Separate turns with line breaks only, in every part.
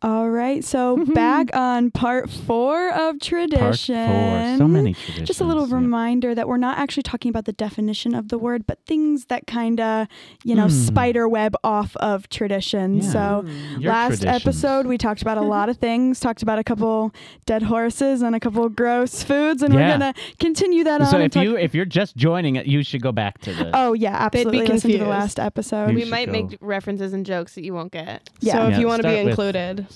All right, so back on part four of
Mm-hmm. Part
tradition.
four. So many traditions.
Just a little
yeah.
reminder that we're not actually talking about the definition of the word, but things that kind of, you know,
Mm.
spider web off of tradition.
Yeah.
So
Mm, Your
last
traditions.
episode, we talked about a lot of things, talked about a couple dead horses and a couple gross foods, and
Yeah.
we're going to continue that on.
So
and
if
talk-
you if you're just joining it, you should go back to this.
oh, yeah, absolutely. Listen to the
confused.
last episode.
You
we
should
might
go.
make references and jokes that you won't get.
yeah.
So if
Yeah,
you want to be
start with-
included,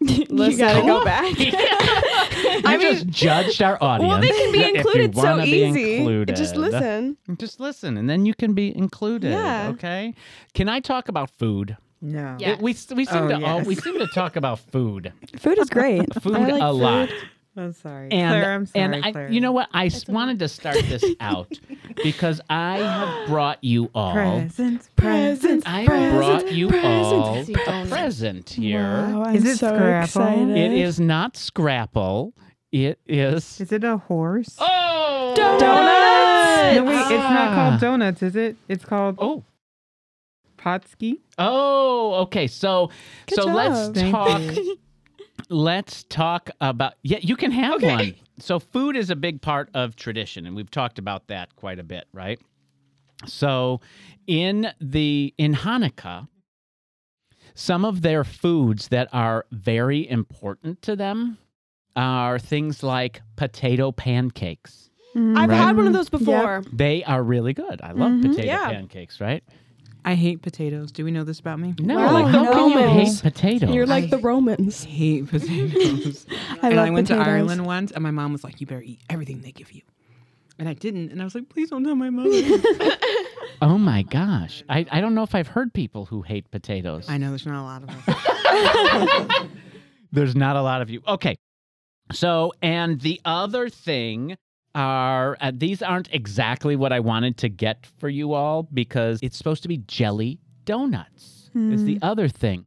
You
listen.
gotta go
back.
you
I
just judged our audience.
well, they can be
If you
included so
wanna be
easy.
included.
Just listen.
Just listen, and then you can be included.
Yeah.
Okay. Can I talk about food?
No.
Yeah.
We we seem
Oh,
to all,
yes.
we seem to talk about food.
Food is great.
Food
like
a
food.
lot.
I'm sorry.
And,
Claire, I'm sorry.
and I,
Claire.
you know what? I s- wanted to start this out because I have brought you all.
Presents, presents.
I
Presents,
brought you all
See,
a
don't-
present here.
Wow, I'm
Is it
so
Scrabble?
excited.
It is not Scrapple. It is.
Is it a horse?
oh!
Donuts!
No, wait, it's not
Ah.
called donuts, is it? It's called
Oh,
Potsky.
oh, okay. So,
Good
so
job.
let's
Thank
talk.
you.
Let's talk about. Yeah, you can have one. So, food is a big part of tradition, and we've talked about that quite a bit, right? So, in the in Hanukkah, some of their foods that are very important to them are things like potato pancakes.
Mm.
I've
Right.
had one of those before.
They are really good. I love
Mhm.
potato
Yeah.
pancakes, right?
I hate potatoes. Do we know this about me?
No,
Wow,
like
no.
how can you hate
Romans.
potatoes?
You're like
I-
the Romans.
hate potatoes.
I
and
love
I went
potatoes.
to Ireland once, and my mom was like, "You better eat everything they give you." And I didn't, and I was like, "Please don't tell my mother."
oh my gosh. I, I don't know if I've heard people who hate potatoes.
I know there's not a lot of them.
There's not a lot of you. Okay. So, and the other thing are uh, these aren't exactly what I wanted to get for you all because it's supposed to be jelly donuts, is
Hmm.
the other thing.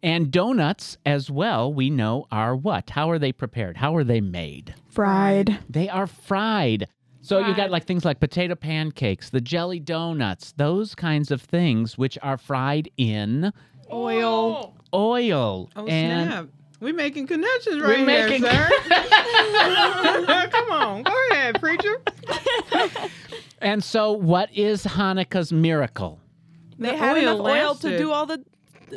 And donuts, as well, we know are what? How are they prepared? How are they made?
Fried.
They are fried. So you got
Fried.
like things like potato pancakes, the jelly donuts, those kinds of things which are fried in
Oil.
oil.
Oh
and
snap! We're making connections
We're
right here,
making-
sir. Come on, go ahead, preacher.
and so what is Hanukkah's miracle?
They
The
had enough
oil
oil to
lasted.
do all the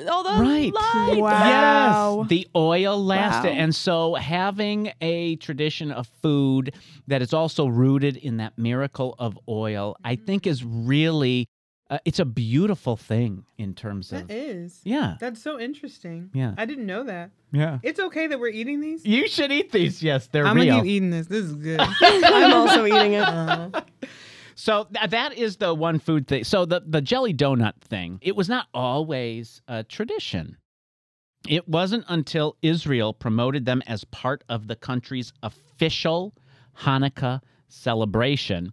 all the
Right.
lights.
Wow.
Yes, the oil lasted.
Wow.
And so having a tradition of food that is also rooted in that miracle of oil, I
Mm-hmm.
think is really uh, it's a beautiful thing in terms of
That is.
Yeah.
That's so interesting.
Yeah.
I didn't know that.
Yeah.
It's okay that we're eating these.
You should eat these. Yes, they're
I'm
real.
gonna keep eating this. This is good.
I'm also eating it.
Uh-huh.
So th- that is the one food thing. So the, the jelly donut thing, it was not always a tradition. It wasn't until Israel promoted them as part of the country's official Hanukkah celebration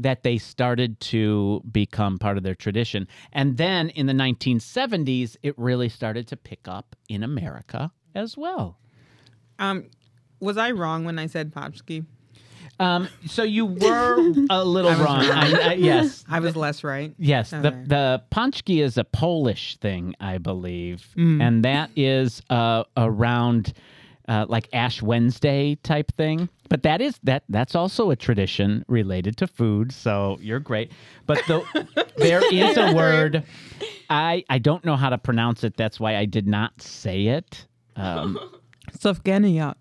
that they started to become part of their tradition. And then in the 1970s, it really started to pick up in America as well.
um, was I wrong when I said popsky?
Um, so you were a little
was
wrong. I, I, yes,
I was less right.
Yes, the
Okay.
the panchki is a Polish thing, I believe, and that is uh, around uh, like Ash Wednesday type thing. But that is that that's also a tradition related to food. So you're great. But the, there is a word I I don't know how to pronounce it. That's why I did not say it. Um,
Sufganiat.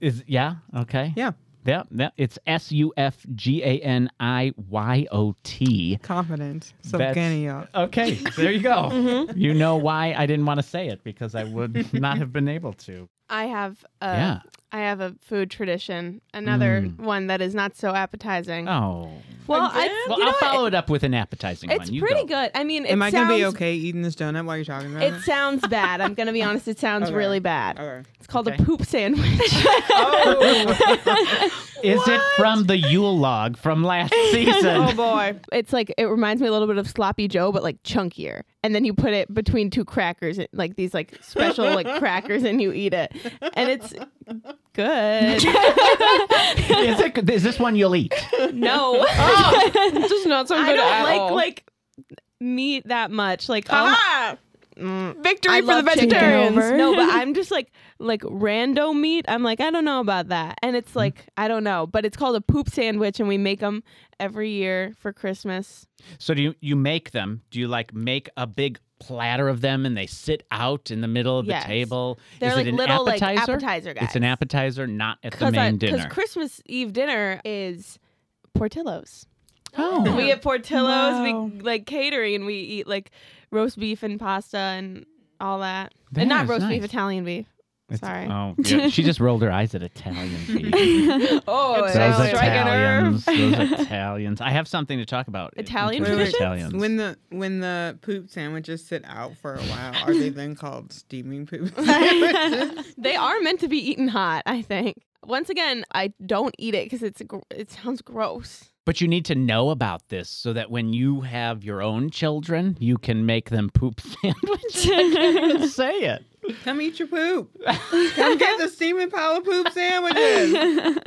is yeah okay
Yeah.
yeah, yeah it's S U F G A N I Y O T.
Confident.
That's-
Sufganiat.
Okay, there you go.
Mm-hmm.
You know why I didn't want to say it because I would not have been able to.
I have a,
Yeah.
I have a food tradition. Another
Mm.
one that is not so appetizing.
Oh.
Well, I,
Again?
you
Well,
know
I'll
what?
follow it up with an appetizing
It's
one. You
pretty
go.
good. I mean, it
Am I
sounds,
gonna be okay eating this donut while you're talking about
It sounds bad. I'm gonna be honest. It sounds
Okay.
really bad.
Okay.
It's called
Okay.
a poop sandwich. Oh,
Is it from the Yule log from last season?
Oh, boy. It's like it reminds me a little bit of sloppy joe but like chunkier. And then you put it between two crackers like these like special like crackers and you eat it. And it's good.
is it is this one you'll eat?
no. Oh.
It's just not so
I don't like like meat that much. Like I'll, mm, um,
Victory
I
for the
love chicken.
vegetarians.
Over.
no, but I'm just like like rando meat. I'm like I don't know about that, and it's like I don't know, but it's called a poop sandwich, and we make them every year for Christmas.
So do you, you make them? Do you like make a big platter of them and they sit out in the middle of
Yes.
the table?
They're
Is
like
it an
little
appetizer?
like appetizer guys.
It's an appetizer, not at the
because
main dinner.
Christmas Eve dinner is Portillo's.
oh,
We get Portillo's.
Wow.
We like catering. and We eat like roast beef and pasta and all that.
That
and not
is
roast beef,
nice.
Italian beef.
It's-
Sorry.
Oh, yeah, she just rolled her eyes at Italian people.
Oh,
Those
it's
Italian.
striking
Italians.
nerve.
Those Italians. I have something to talk about. in
Italian
terms of
traditions?
Italians.
When the when the poop sandwiches sit out for a while, are they then called steaming poop sandwiches?
they are meant to be eaten hot. I think. Once again, I don't eat it because it's gr- it sounds gross.
But you need to know about this so that when you have your own children, you can make them poop sandwiches. I can't even say it.
Come eat your poop. Come get the steaming pile of poop sandwiches.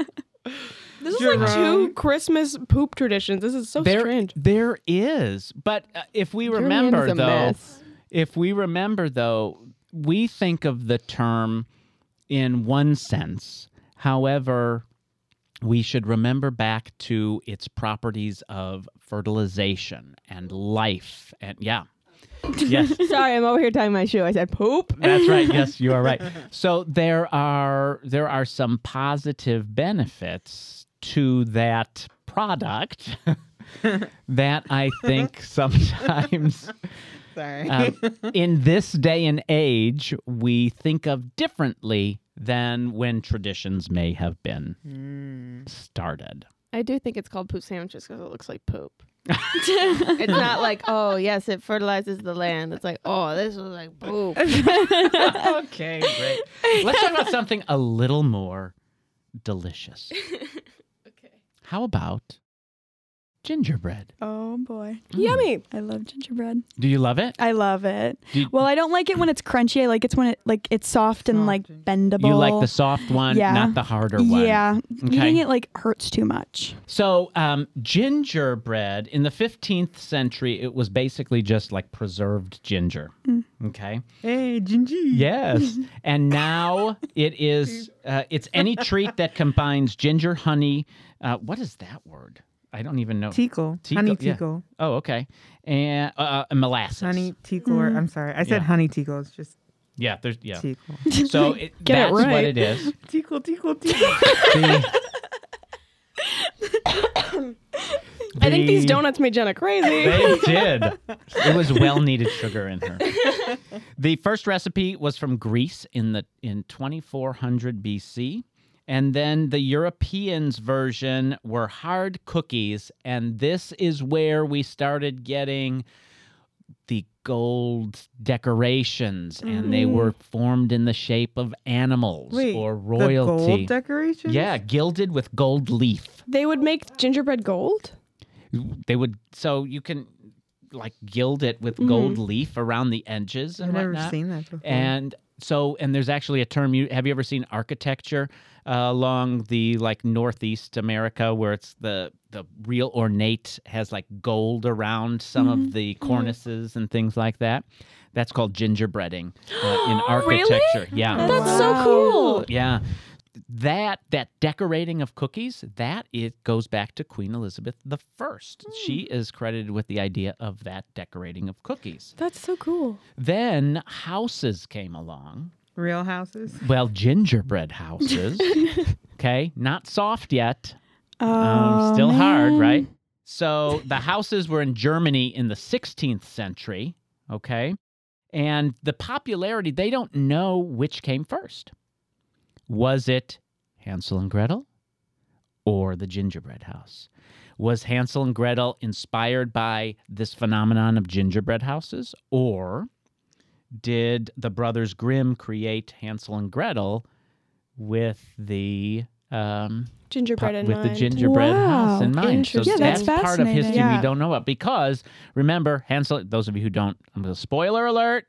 This is
Jerome.
like two Christmas poop traditions. This is so
there,
strange.
there is. But uh, if we remember,
Your man's a
though,
mess.
if we remember, though, we think of the term in one sense. However, we should remember back to its properties of fertilization and life. And yeah. Yes.
Sorry, I'm over here tying my shoe. I said poop.
That's right. Yes, you are right. So there are there are some positive benefits to that product that I think sometimes
Sorry.
um, in this day and age we think of differently than when traditions may have been
Hmm.
started.
I do think it's called poop sandwiches because it looks like poop. it's not like, oh yes, it fertilizes the land. It's like, oh, this was like poop.
okay, great. Let's talk about something a little more delicious.
okay.
How about gingerbread?
Oh boy,
Yummy.
I love gingerbread.
Do you love it?
I love it.
Do you-
Well, I don't like it when it's crunchy. I like it's when it like it's soft and like bendable.
You like the soft one,
Yeah.
not the harder one.
Yeah,
Okay.
eating it like hurts too much.
So um, gingerbread in the 15th century, it was basically just like preserved ginger.
Mm.
Okay.
hey, Gingy.
Yes. and now it is. Uh, it's any treat that combines ginger, honey. Uh, what is that word? I don't even know.
Tickle.
Tickle,
honey
yeah.
tickle.
Oh, okay. And uh, uh, molasses.
Honey tickle. Or, I'm sorry. I said
Yeah.
honey tickle. It's just
Yeah. There's. Yeah.
tickle.
So it,
Get it
that's what
right.
it is.
tickle, tickle, tickle.
The-
I think these
the-
donuts made Jenna crazy.
They did. It was well needed sugar in her. The first recipe was from Greece in the in 2400 BC, and then the Europeans' version were hard cookies, and this is where we started getting the gold decorations, and they were formed in the shape of animals
Mm-hmm. Wait,
or
The
royalty.
gold decorations?
yeah, gilded with gold leaf
They would make gingerbread gold.
they would so you can like gild it with gold leaf around the edges and
Mm-hmm. I've never
whatnot.
seen that before.
and so and there's actually a term you have you ever seen architecture uh, along the like northeast america where it's the the real ornate has like gold around some
Mm-hmm.
of the cornices and things like that that's called gingerbreading uh, in architecture yeah
That's
Wow.
so cool.
yeah. That that decorating of cookies, that it goes back to Queen Elizabeth the First. She is credited with the idea of that decorating of cookies.
That's so cool.
Then houses came along.
real houses.
Well, gingerbread houses. okay, not soft yet.
Oh,
Um, still hard,
man.
right? So the houses were in Germany in the 16th century, okay? And the popularity, they don't know which came first. Was it Hansel and Gretel or the gingerbread house? Was Hansel and Gretel inspired by this phenomenon of gingerbread houses or did the brothers Grimm create Hansel and Gretel with the um,
Gingerbread
Pot-
in
with
mind.
the gingerbread house
Wow,
in mind. So
interesting. Yeah,
that's,
that's
part of
fascinating.
history we
Yeah.
don't know about because remember Hansel. Those of you who don't, I'm going to spoiler alert.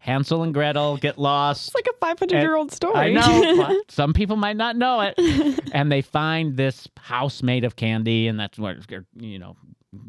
Hansel and Gretel get lost.
it's like a 500 year old story.
I know but some people might not know it, and they find this house made of candy, and that's where you know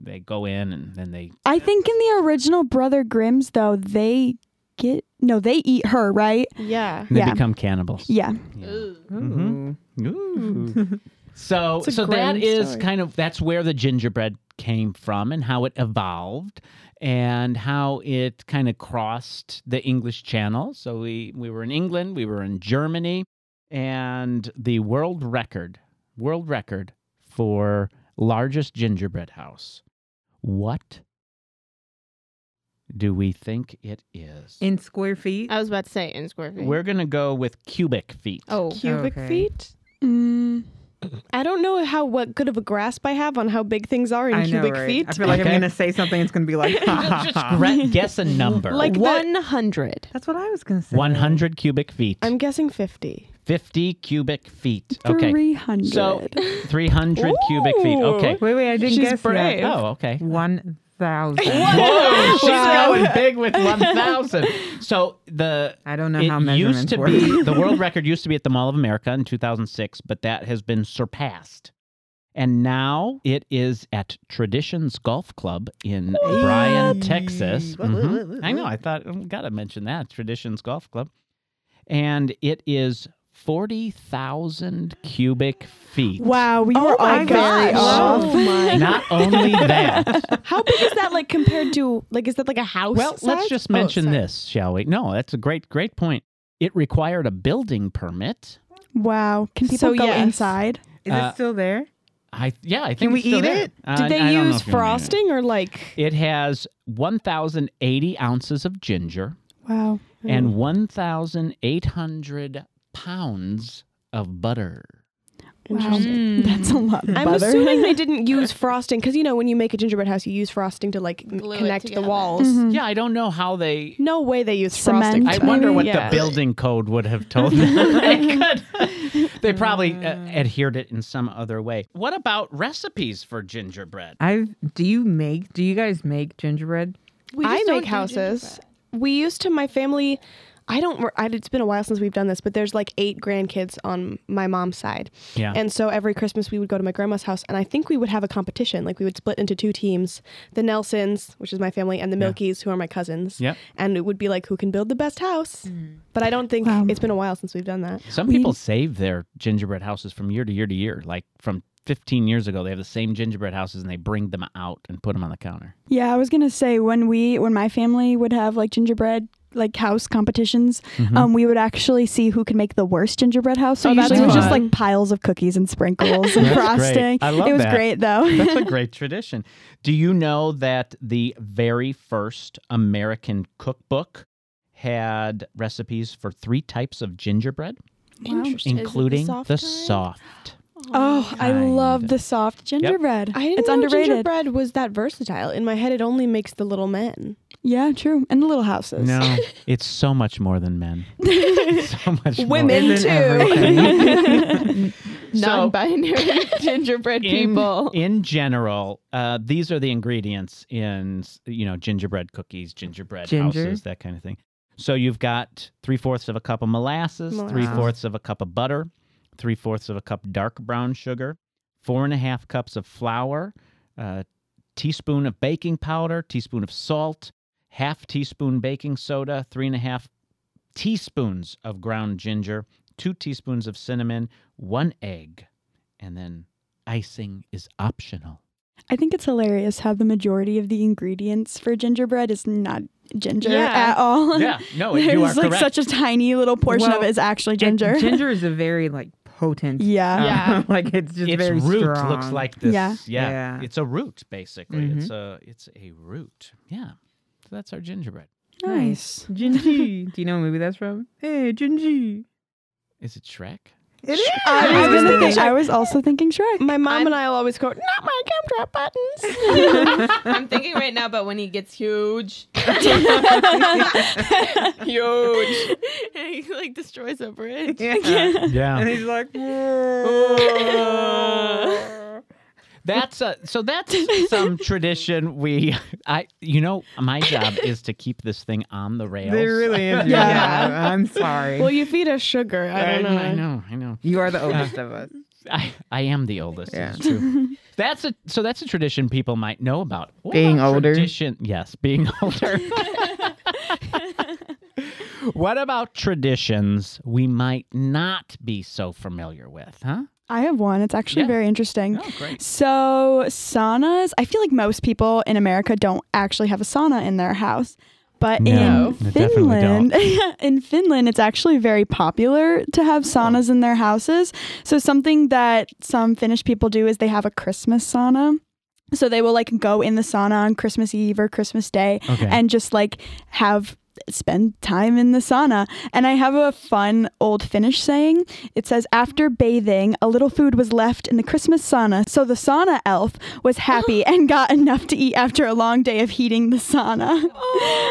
they go in and then they
I think in the original Brother Grimm's though, they get no, they eat her, right?
Yeah.
they
Yeah.
become cannibals.
Yeah.
Yeah. Mhm. Ooh. so
It's a
so that
grim
is
story.
kind of that's where the gingerbread came from and how it evolved and how it kind of crossed the English Channel. So we we were in England, we were in Germany, and the world record world record for largest gingerbread house. What do we think it is?
In square feet?
I was about to say in square feet.
we're gonna go with cubic feet.
oh,
Cubic
Okay.
feet?
Mm.
I don't know how what good of a grasp I have on how big things are in
I know,
cubic
right?
feet.
I feel like
Okay.
I'm gonna say something. It's gonna be like,
just, just gre- guess a number.
Like the-
one hundred.
that's what I was gonna say.
100 cubic feet.
I'm guessing 50.
50 cubic feet. Okay.
Three hundred.
So 300 cubic feet. Okay.
Wait, wait, I didn't
She's
guess
brave.
Oh, okay.
One thousand.
Whoa, she's going big with 1,000. So the
I don't know
it
how
used
measurements
to
work.
be the world record used to be at the Mall of America in 2006, but that has been surpassed. And now it is at Traditions Golf Club in Bryan, Texas.
What? What,
Mhm.
what, what,
I know.
what?
I thought I gotta mention that Traditions Golf Club, and it is forty thousand cubic feet.
Wow, we
Oh
were
my
all very
gosh.
off.
Oh my
Not uh, only that.
How big is that like compared to like is that like a house?
well, let's
size?
just
Oh,
mention
sorry.
this, shall we? No, that's a great, great point. It required a building permit.
Wow. Can people
So
go
yes.
inside?
Is
Uh,
it still there?
I yeah, I think
we
it's still
eat
there.
it?
Uh,
Did they
I don't know
use
if you can eat it.
frosting or like
It has 1,080 ounces of ginger
Wow.
Hmm.
and 1,800 pounds of butter.
Wow.
Mm.
That's a lot. of
Hmm. I'm
butter.
assuming they didn't use frosting because you know when you make a gingerbread house, you use frosting to like m-
Glue it
connect the
together.
walls.
Mhm.
Yeah, I don't know how they.
No way they used
Cement.
frosting.
I
Maybe,
wonder what
yeah.
the building code would have told them. they, could. they probably uh,
Mm.
adhered it in some other way. What about recipes for gingerbread?
I've. Do you make? Do you guys make gingerbread?
We
I
just don't
make
do
houses.
gingerbread.
We used to my family. I don't. re- I, it's been a while since we've done this, but there's like eight grandkids on my mom's side,
Yeah.
and so every Christmas we would go to my grandma's house, and I think we would have a competition. Like we would split into two teams: the Nelsons, which is my family, and the
Yeah.
Milkies, who are my cousins.
Yep.
And it would be like who can build the best house.
Mm.
But I don't think
Wow.
it's been a while since we've done that.
Some
We-
people save their gingerbread houses from year to year to year. Like from 15 years ago, they have the same gingerbread houses and they bring them out and put them on the counter.
Yeah, I was gonna say when we when my family would have like gingerbread like house competitions,
Mm-hmm. Hmm.
um, we would actually see who could make the worst gingerbread house. So
Oh, that's
usually it was just
fun.
like piles of cookies and sprinkles and
That's great.
frosting.
I love
it was
that.
great though.
That's a great tradition. Do you know that the very first American cookbook had recipes for three types of gingerbread,
Interesting.
including
soft
the
kind?
soft?
Oh, I love
Kind.
the soft gingerbread.
I
Oh,
didn't
it's
know
underrated.
gingerbread was that versatile. In my head, it only makes the little men.
Yeah, true. And the little houses.
No, it's so much more than men. so much
Women.
More.
Isn't everything-
So-
non-binary gingerbread
In,
people.
in general, uh, these are the ingredients in you know gingerbread cookies, gingerbread
Ginger.
houses, that kind of thing. So you've got three fourths of a cup of molasses,
Molasses.
three fourths of a cup of butter, three fourths of a cup dark brown sugar, four and a half cups of flour, a teaspoon of baking powder, teaspoon of salt, half teaspoon baking soda, three and a half teaspoons of ground ginger, two teaspoons of cinnamon, one egg, and then icing is optional.
I think it's hilarious how the majority of the ingredients for gingerbread is not ginger
Yeah.
at all.
no,
There's like such a tiny little portion of
Well,
it is actually
Gin-
ginger.
ginger is a very like potent.
yeah.
Yeah.
like it's just
its
very
root
strong.
looks like this. Yeah,
Yeah.
Yeah. Mm-hmm.
it's a root basically. It's a it's a root. Yeah, so that's our gingerbread.
Nice.
Gingy. Do you know what movie that's from? Hey, Gingy.
Is it Shrek?
It is.
I was, gonna think,
Shrek.
I was also thinking Shrek.
My mom and I will always go, not my gumdrop buttons.
I'm thinking right now about when he gets huge. huge. he like destroys a bridge.
Yeah.
Yeah,
and he's like, "Whoa."
That's a, so that's some tradition we I you know my job is to keep this thing on the rails.
They really is.
Yeah.
Yeah. I'm sorry.
well, you feed us sugar. I don't know.
I know, I know.
you are the oldest of us.
I, I am the oldest.
Yeah.
It's true. That's a so that's a tradition people might know about. What
Being
about
older?
Tradition, yes, being older. what about traditions we might not be so familiar with, huh?
I have one. It's actually
Yeah.
very interesting.
Oh, great.
So saunas, I feel like most people in America don't actually have a sauna in their house. But
No,
in
they definitely don't.
Finland, in Finland, it's actually very popular to have saunas in their houses. So something that some Finnish people do is they have a Christmas sauna. So they will like go in the sauna on Christmas Eve or Christmas Day
Okay.
and just like have spend time in the sauna. And I have a fun old Finnish saying. It says, After bathing, a little food was left in the Christmas sauna, so the sauna elf was happy and got enough to eat after a long day of heating the sauna.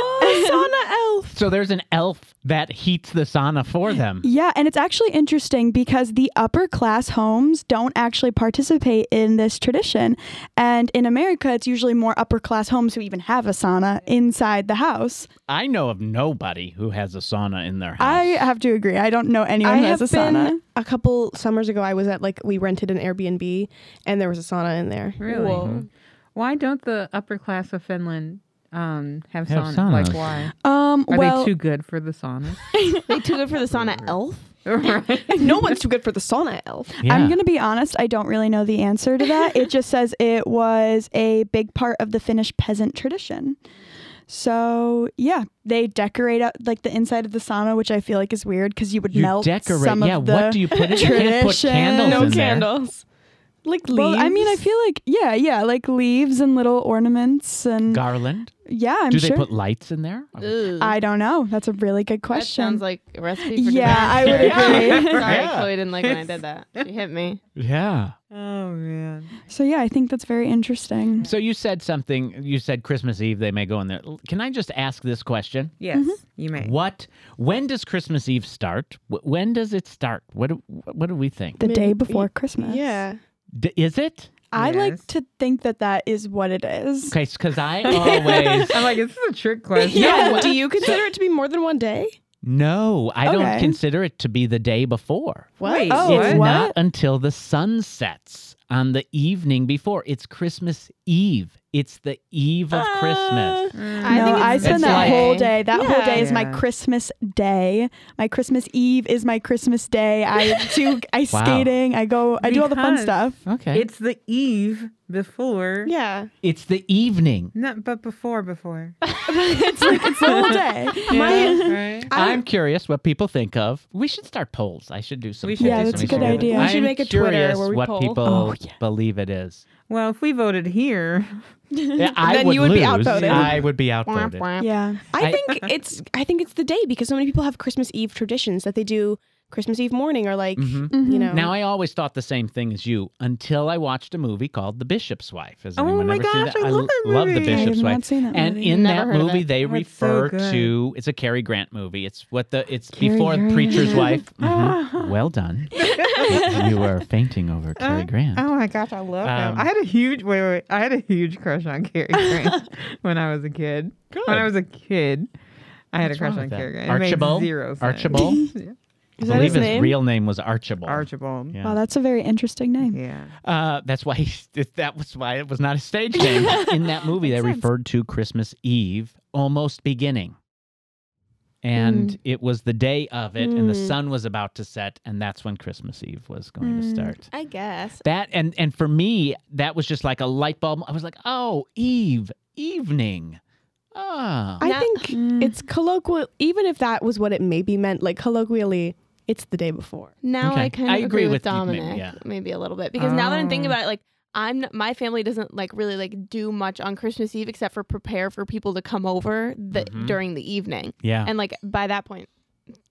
sauna elf.
so there's an elf that heats the sauna for them.
Yeah, and it's actually interesting because the upper class homes don't actually participate in this tradition. And in America, it's usually more upper class homes who even have a sauna inside the house.
I know of nobody who has a sauna in their house.
I have to agree. I don't know anyone
I
who has
have
a sauna.
been a couple summers ago. I was at like we rented an Airbnb and there was a sauna in there.
Really? Whoa.
Why don't the upper class of Finland um, have,
Have
saunas?
saunas.
Like why?
Um,
Are
well,
they too good for the saunas?
They too good for the sauna elf.
right.
no one's too good for the sauna elf.
Yeah.
I'm going to be honest. I don't really know the answer to that. it just says it was a big part of the Finnish peasant tradition. So yeah, they decorate up like the inside of the sauna, which I feel like is weird because you would
you
melt
decorate.
some
yeah,
of the.
what do you put in? You can't put
tradition.
candles
No
in there.
candles. Like leaves.
well, I mean, I feel like yeah, yeah, like leaves and little ornaments and
Garland.
yeah, I'm
do they
sure.
put lights in there? Are we-
I don't know. That's a really good
That
question.
sounds like a recipe for
yeah, I would
disaster.
agree.
Sorry,
Yeah.
Chloe didn't like when I did that. She hit me.
yeah.
Oh man.
So yeah, I think that's very interesting.
So you said something. You said Christmas Eve they may go in there. L- Can I just ask this question?
Yes,
Mm-hmm.
you may.
What? When does Christmas Eve start? Wh- When does it start? What? Do, what do we think?
The
Maybe-
day before Christmas.
Yeah.
D- is it?
I
Yes.
like to think that that is what it is.
Okay, because I always
I'm like, this is a trick question.
Yeah. Do you consider it to be more than one day?
no. I don't
Okay.
consider it to be the day before.
What?
Wait,
Oh,
it's
what?
not until the sun sets on the evening before. It's Christmas Eve. It's the eve of Christmas.
Mm.
I
no,
think it's
I
the
spend
same
that whole
day.
day. That whole day is my
Yeah.
Christmas day. My Christmas Eve is my Christmas day. I do ice
Wow.
skating. I go. I do all the fun
Because-
stuff.
Okay.
It's the eve before.
Yeah.
it's the evening.
Not but before before.
It's like it's the whole day.
Yeah, right.
I'm curious what people think of. We should start polls. I should do some.
We should
polls.
Yeah, that's a
We
good
should do
idea.
that.
We
should
I'm
make a Twitter
curious
where we
what
poll.
people
Oh, yeah.
believe it is.
Well, if we voted here,
Yeah, I
Then
would
you would be
lose.
outvoted.
I would be outvoted.
Yeah.
I,
I-
think it's I think it's the day because so many people have Christmas Eve traditions that they do Christmas Eve morning or like
Mhm.
Mm-hmm.
you know
Now I always thought the same thing as you until I watched a movie called The Bishop's Wife. Has
Oh
anyone
my
ever seen
gosh,
that?
I love that
l- love The
movie. I
I have
Bishop's
not
Wife.
seen that
And
movie.
in
Never
that
heard of
movie,
it.
they
That's so
refer
good.
to it's a Cary Grant movie. It's what the it's
Cary
before
Grant.
Preacher's Wife. Mhm. Well done. you are fainting over Cary Grant.
oh my gosh, I love
Um,
him. I had a huge wait, wait, wait. I had a huge crush on Cary Grant when I was a kid. When I was a kid, I had
What's
a crush
wrong with
on
that?
Cary Grant. It made
Archibald.
zero sense.
Archibald.
is
I
that
believe
his
his
name?
real name was Archibald.
Archibald.
Yeah.
Wow, that's a very interesting name.
Yeah.
Uh, that's why he, that was why it was not a stage name. In that movie, they referred to Christmas Eve almost beginning, and it was the day of it, and the
Mm.
sun was about to set, and that's when Christmas Eve was going to
Mm.
start.
I guess.
That and and for me, that was just like a light bulb. I was like, oh, Eve evening. Ah,
I
Not-
think
Mm.
it's colloquial even if that was what it maybe meant like colloquially it's the day before
Now
Okay.
I kind of
I
agree,
agree
with,
with you, maybe,
Dominic,
yeah.
maybe a little bit because now that I'm thinking
Um,
Oh.
about it, like I'm my family doesn't like really like do much on Christmas Eve except for prepare for people to come over the,
Mhm.
during the evening,
yeah.
and like by that point.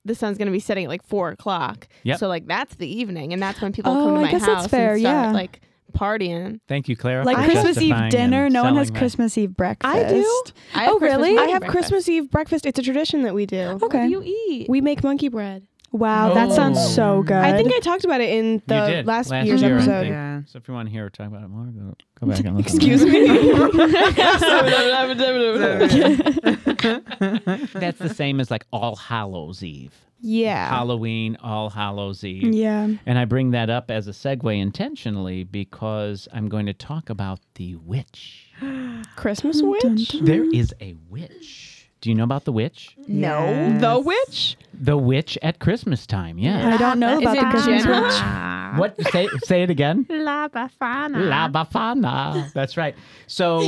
The sun's gonna be setting at like four o'clock.
Yep.
So like that's the evening, and that's when people
Oh,
come to
I
my
guess
house
that's fair,
and start
yeah.
like partying.
Thank you, Clara.
Like
for
Christmas Eve
justifying
dinner,
and
no one has
selling that.
Christmas Eve breakfast.
I do.
I have
Oh,
Christmas
really?
morning
I have
breakfast.
Christmas Eve breakfast it's a tradition that we do
Okay.
What do you eat?
we make monkey bread
Wow, that sounds so good.
I think I talked about it in the
did,
last,
last
year's
year, I
episode.
think.
Yeah.
So if you want to hear or talk about it more, go, go back and listen.
Excuse me.
That's the same as like All Hallows Eve,
Yeah.
Halloween, All Hallows Eve.
yeah.
And I bring that up as a segue intentionally because I'm going to talk about the witch.
Christmas witch.
There is a witch. Do you know about the witch?
No. The witch?
The witch at Christmas time. Yeah.
I don't know
Is
about
it
the Christmas
Jenna?
witch.
Ah,
What? Say say it again.
La Bafana.
La Bafana. That's right. So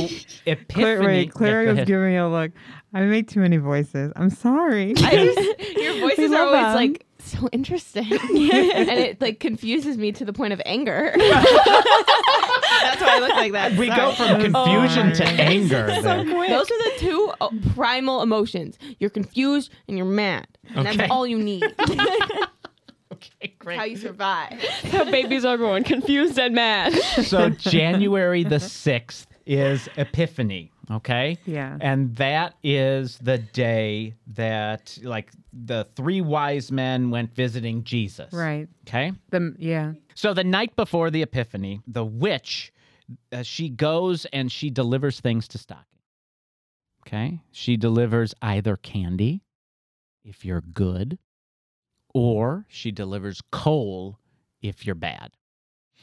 Epiphany.
Cla- wait,
Yeah,
Clary
go
was
ahead.
giving me a look. I make too many voices. I'm sorry.
Your voices are
love
always
them.
like so interesting. and it like confuses me to the point of anger. That's why I look like that.
we
Sorry.
go from confusion to anger. there.
Those are the two uh, primal emotions. You're confused and you're mad. And
Okay.
that's all you need.
okay,
How you survive.
How babies are born, confused and mad.
so January the 6th is Epiphany, okay?
Yeah.
And that is the day that like the three wise men went visiting Jesus.
right.
Okay?
The yeah.
So the night before the Epiphany, the witch uh, she goes and she delivers things to stocking. Okay? She delivers either candy if you're good or she delivers coal if you're bad.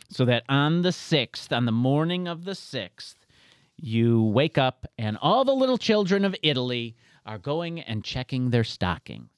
So that on the 6th, on the morning of the 6th, you wake up and all the little children of Italy are going and checking their stockings.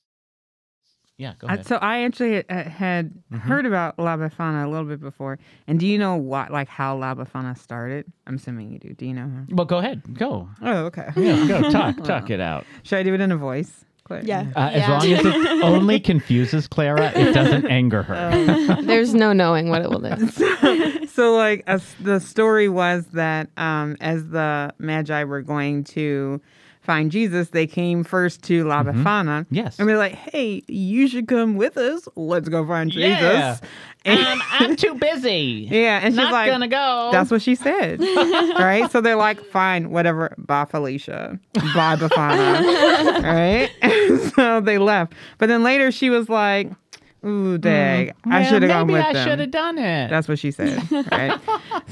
Yeah, go
Uh,
ahead. Mm-hmm.
so I actually uh, had heard about La Befana a little bit before. And do you know what, like, how La Befana started? I'm assuming you do. Do you know her?
well, go ahead. Go.
Oh, okay.
Yeah, go talk, talk it out.
Should I do it in a voice? Claire?
Yeah.
Uh,
Yeah.
As long as it only confuses Clara, it doesn't anger
Oh.
her.
There's no knowing what it will do.
so like as the story was that um, as the magi were going to find jesus they came first to la befana
Mm-hmm. Yes.
and we're like hey you should come with us let's go find jesus
Yeah.
and,
um, I'm too busy.
yeah and she's
Not
like
gonna go.
that's what she said right so they're like fine whatever bye felicia bye befana right and so they left but then later she was like ooh dang i should have gone
Mm, maybe
with
I
them
should have done it.
that's what she said. Right.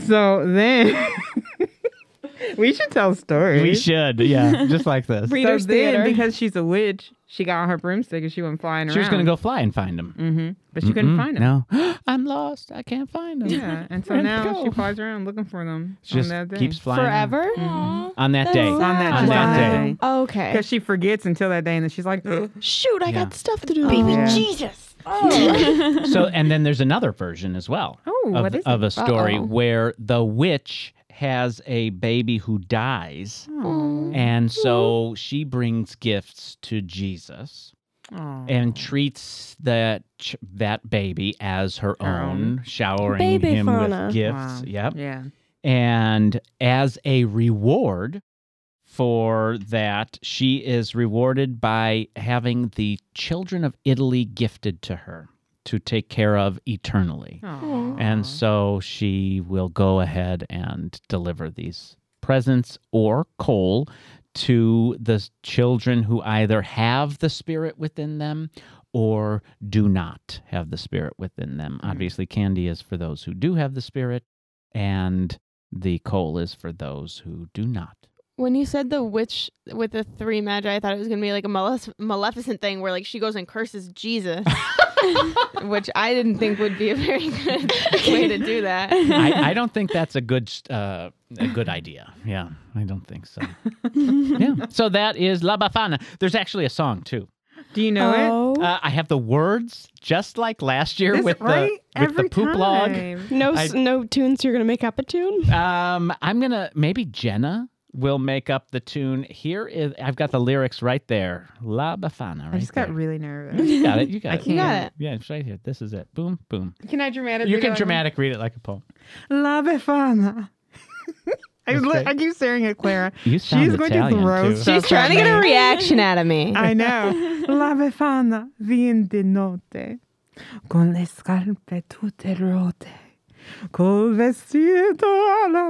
so then we should tell stories.
we should, yeah, just like this.
So then, because she's a witch, she got her broomstick and she went flying
She was
around.
gonna go fly and find him.
hmm but she couldn't find them.
No, I'm lost. I can't find him.
Yeah, and so
Where'd they
now she
go?
flies around looking for them
She just
on that day.
keeps flying
Forever?
on Mm. that day.
on that,
on that
day.
day.
Okay.
Because she forgets until that day, and then she's like,
Shoot, I
Yeah.
got stuff to do.
Yeah.
so and then there's another version as well
Oh,
of,
what is
of a story
Uh-oh.
where the witch has a baby who dies and so she brings gifts to jesus
"Aw."
and treats that ch- that baby as her
Her
own, showering
Baby
him
fauna.
with gifts
Wow.
yep
Yeah.
and as a reward for that, she is rewarded by having the children of Italy gifted to her to take care of eternally.
Aw.
And so she will go ahead and deliver these presents or coal to the children who either have the spirit within them or do not have the spirit within them. Obviously, candy is for those who do have the spirit, and the coal is for those who do not.
When you said the witch with the three magi, I thought it was going to be like a malef- maleficent thing where like she goes and curses Jesus, which I didn't think would be a very good way to do that.
I, I don't think that's a good uh, a good idea. Yeah, I don't think so. yeah. So that is La Bafana. There's actually a song too.
Do you know it?
oh,
Uh, I have the words just like last year
This-
with
right?
the with
Every
the poop log.
time.
No,
I-
s no tunes. You're gonna make up a tune.
Um, I'm gonna maybe Jenna will make up the tune. Here is I've got the lyrics right there. La Bafana. Right
I just
there.
got really nervous.
You got it. You got
I
it.
can't.
Got it.
Yeah, it's right here. This is it. Boom, boom.
Can I dramatically?
You
do
can
like-
dramatic read it like a poem.
La Befana. I,
That's
li-
great.
I keep staring at Clara.
You sound
She's going
Italian,
to throw
too.
stuff
She's trying to
at
get a
me.
reaction out of me.
I know. La Befana vien de notte con le scarpe tutte rotte. Col vestito alla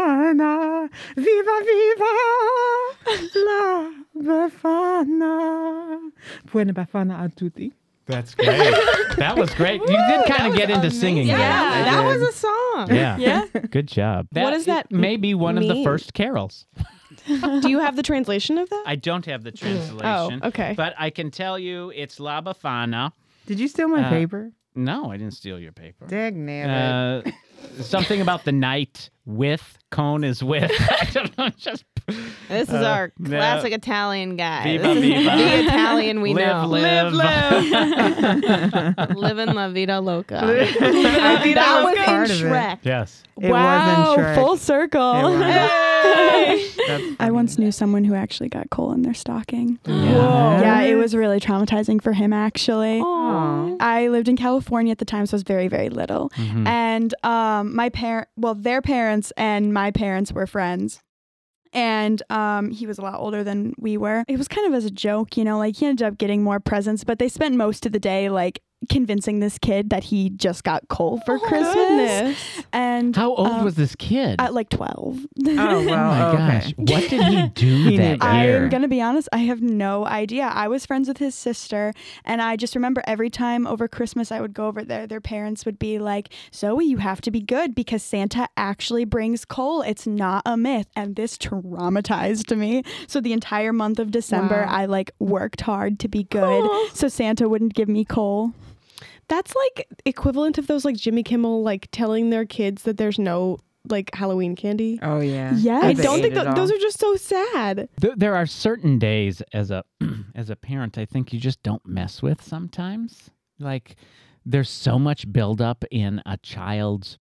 romana, viva viva la Befana. Buona Befana a tutti.
That's great. that was great. You did kind of get into singing.
Yeah,
there.
that was a song.
Yeah. Good job.
What does that
May be one of the
mean?
first carols.
Do you have the translation of that?
I don't have the translation.
okay.
But I can tell you it's La Bafana.
Did you steal my
Uh,
paper?
No, I didn't steal your paper.
Dag nabbit.
Uh, something about the night with cone is with. I don't know. Just
This is
Uh,
our
no.
classic Italian guy.
Viva,
This is
viva.
The Italian we
live,
know.
live,
Living la vida loca.
I think that was part of it.
Shrek.
yes.
It
wow,
wasn't Shrek.
Oh, full circle.
It wasn't.
I once knew someone who actually got coal in their stocking.
Whoa.
Yeah,
Oh.
it was really traumatizing for him actually.
Aw. Oh,
I lived in California at the time, so I was very, very little.
Mm. Mm-hmm.
And um, my parent, well, their parents and my parents were friends. And um, he was a lot older than we were. It was kind of as a joke, you know, like he ended up getting more presents, but they spent most of the day like convincing this kid that he just got coal
Oh
for Christmas. And
How old
um,
was this kid?
At like 12.
Oh
oh
well.
my
okay.
gosh. What did he do
He
that
knew
year?
I'm going to be honest, I have no idea. I was friends with his sister, and I just remember every time over Christmas I would go over there, their parents would be like, Zoe, you have to be good because Santa actually brings coal. It's not a myth. And this traumatized me. So the entire month of December,
Wow.
I like worked hard to be good so Santa wouldn't give me coal.
That's like equivalent of those like Jimmy Kimmel like telling their kids that there's no like Halloween candy.
Oh yeah.
Yeah.
That
I
they
don't
ate
think
it
tho-
all.
those are just so sad.
Th- there are certain days as a as a parent, I think you just don't mess with sometimes. Like there's so much buildup in a child's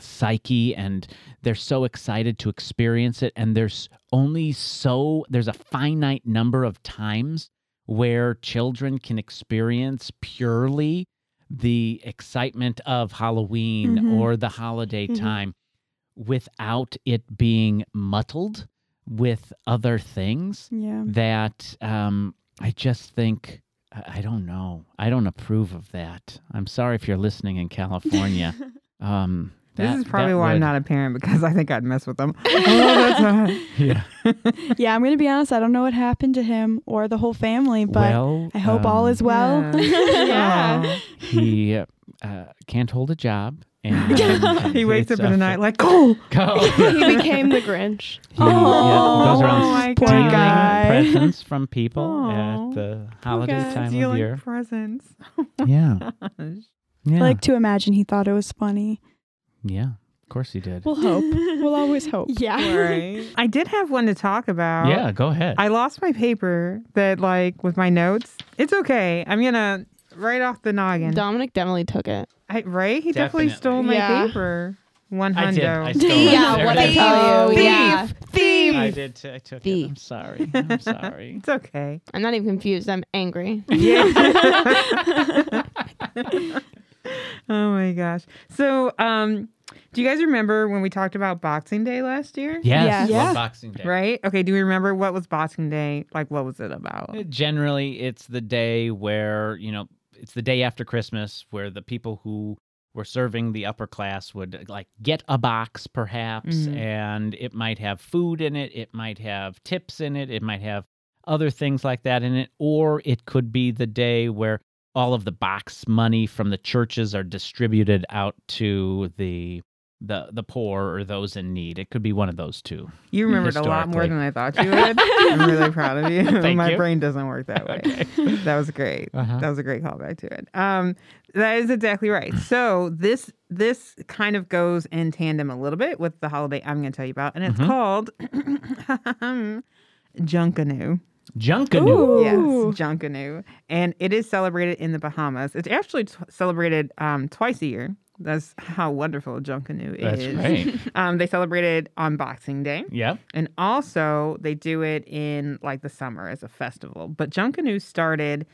psyche and they're so excited to experience it and there's only so there's a finite number of times where children can experience purely the excitement of Halloween
Mhm.
or the holiday
Mhm.
time without it being muddled with other things
Yeah.
Mm-hmm.
that um, I just think I I don't know. I don't approve of that. I'm sorry if you're listening in California. um, that-
This is probably
that
why
would-
I'm not a parent because I think I'd mess with them. oh, that's all right.
Yeah.
Yeah, I'm going to be honest. I don't know what happened to him or the whole family, but
well,
I hope all
um,
is well.
yeah.
he uh, uh, can't hold a job. And
Aw.
um,
he wakes
it's
up in the
a-
night like, oh,
Go.
he became the Grinch.
He- yeah,
Oh,
those are on
oh my
stealing
God.
presents from people
Oh,
at the holiday time of
stealing
year.
presents.
Yeah. Yeah.
I like to imagine he thought it was funny.
yeah. Of course he did.
We'll hope. We'll always hope.
Yeah.
Right.
I did have one to talk about.
yeah, go ahead.
I lost my paper that, like, with my notes. It's okay. I'm going to, right off the noggin.
Dominic definitely took it.
I, right? He definitely,
Definitely.
stole my
Yeah.
paper. One
I did.
hundo.
I stole it. There
what
it
I
is.
tell you.
Thief.
Yeah.
Thief.
I did. T- I took it. I'm
Thief.
sorry. I'm sorry.
It's okay.
I'm not even confused. I'm angry.
Oh my gosh. So, um, do you guys remember when we talked about Boxing Day last year?
Yes.
Yes.
love
Yeah.
Boxing Day.
Right? Okay. Do we remember what was Boxing Day? Like, what was it about?
Generally, it's the day where you know it's the day after Christmas where the people who were serving the upper class would uh, like get a box perhaps
Mhm.
and it might have food in it it might have tips in it it might have other things like that in it or it could be the day where all of the box money from the churches are distributed out to the the the poor or those in need it could be one of those two
You remembered a lot more
Historically.
than I thought you would. I'm really proud of you.
Thank
my
you.
brain doesn't work that way. That was great.
Uh-huh.
That was a great callback to it. Um, that is exactly right. So this this kind of goes in tandem a little bit with the holiday I'm going to tell you about, and it's
Mhm.
called Junkanoo.
Junkanoo.
Yes,
Ooh.
Junkanoo. And it is celebrated in the Bahamas. It's actually t- celebrated um, twice a year. That's how wonderful Junkanoo
That's
is.
right.
Um, they celebrate it on Boxing Day.
Yep.
And also, they do it in like the summer as a festival. But Junkanoo started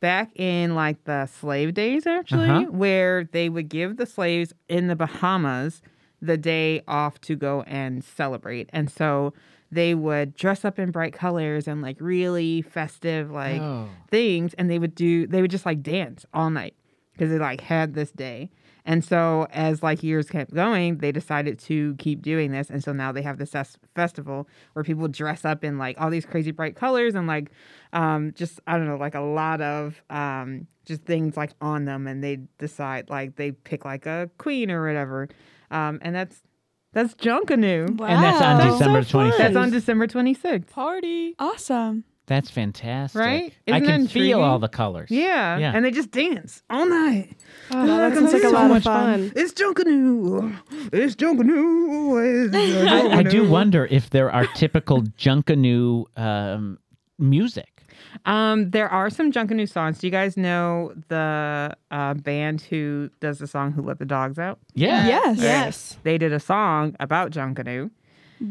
back in like the slave days, actually,
Uh-huh.
where they would give the slaves in the Bahamas the day off to go and celebrate. And so they would dress up in bright colors and like really festive, like
Oh.
things. And they would do, they would just like dance all night because they like had this day. And so as like years kept going, they decided to keep doing this. And so now they have this fes- festival where people dress up in like all these crazy bright colors and like um just I don't know, like a lot of um just things like on them and they decide like they pick like a queen or whatever. Um and that's that's Junkanoo.
Wow.
And that's on
That's so
December
fun.
26th.
That's on December 26th.
Party.
Awesome.
That's fantastic.
Right?
I
Isn't that
can feel
intriguing?
all the colors.
Yeah.
Yeah.
And they just dance all night.
Oh, that
sounds like a lot
of
fun. It's Junkanoo. It's Junkanoo. It's
I, I do
Junkanoo.
wonder if there are typical Junkanoo um, music.
Um, there are some Junkanoo songs. Do you guys know the uh, band who does the song "Who Let the Dogs Out"?
Yeah.
Yes.
Yes.
They did a song about Junkanoo.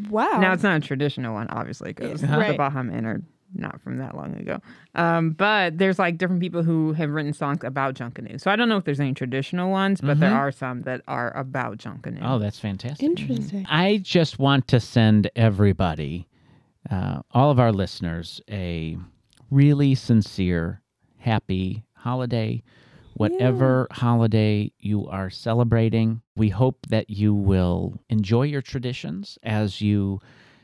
Wow.
Now it's not a traditional one, obviously, because the
Right.
Baham Men are not from that long ago. Um, but there's like different people who have written songs about Junkanoo. So I don't know if there's any traditional ones, but there are some that are about Junkanoo.
Oh, that's fantastic.
Interesting.
I just want to send everybody, uh, all of our listeners, a really sincere, happy holiday. Whatever holiday you are celebrating, we hope that you will enjoy your traditions as you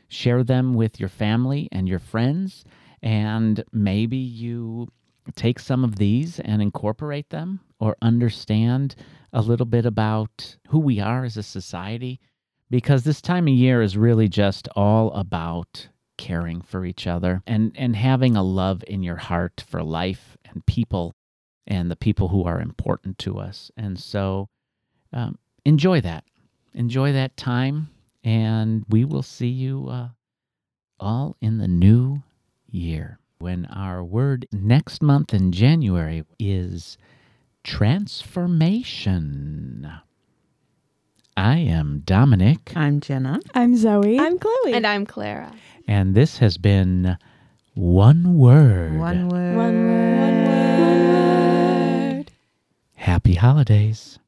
share them with your family and your friends. And maybe you take some of these and incorporate them or understand a little bit about who we are as a society because this time of year is really just all about caring for each other and and having a love in your heart for life and people and the people who are important to us and so um, enjoy that enjoy that time and we will see you uh, all in the new year when our word next month in january is transformation i am dominic
I'm Jenna.
I'm Zoe.
I'm Chloe.
And I'm Clara.
and this has been One Word.
One word.
One word.
Happy Holidays.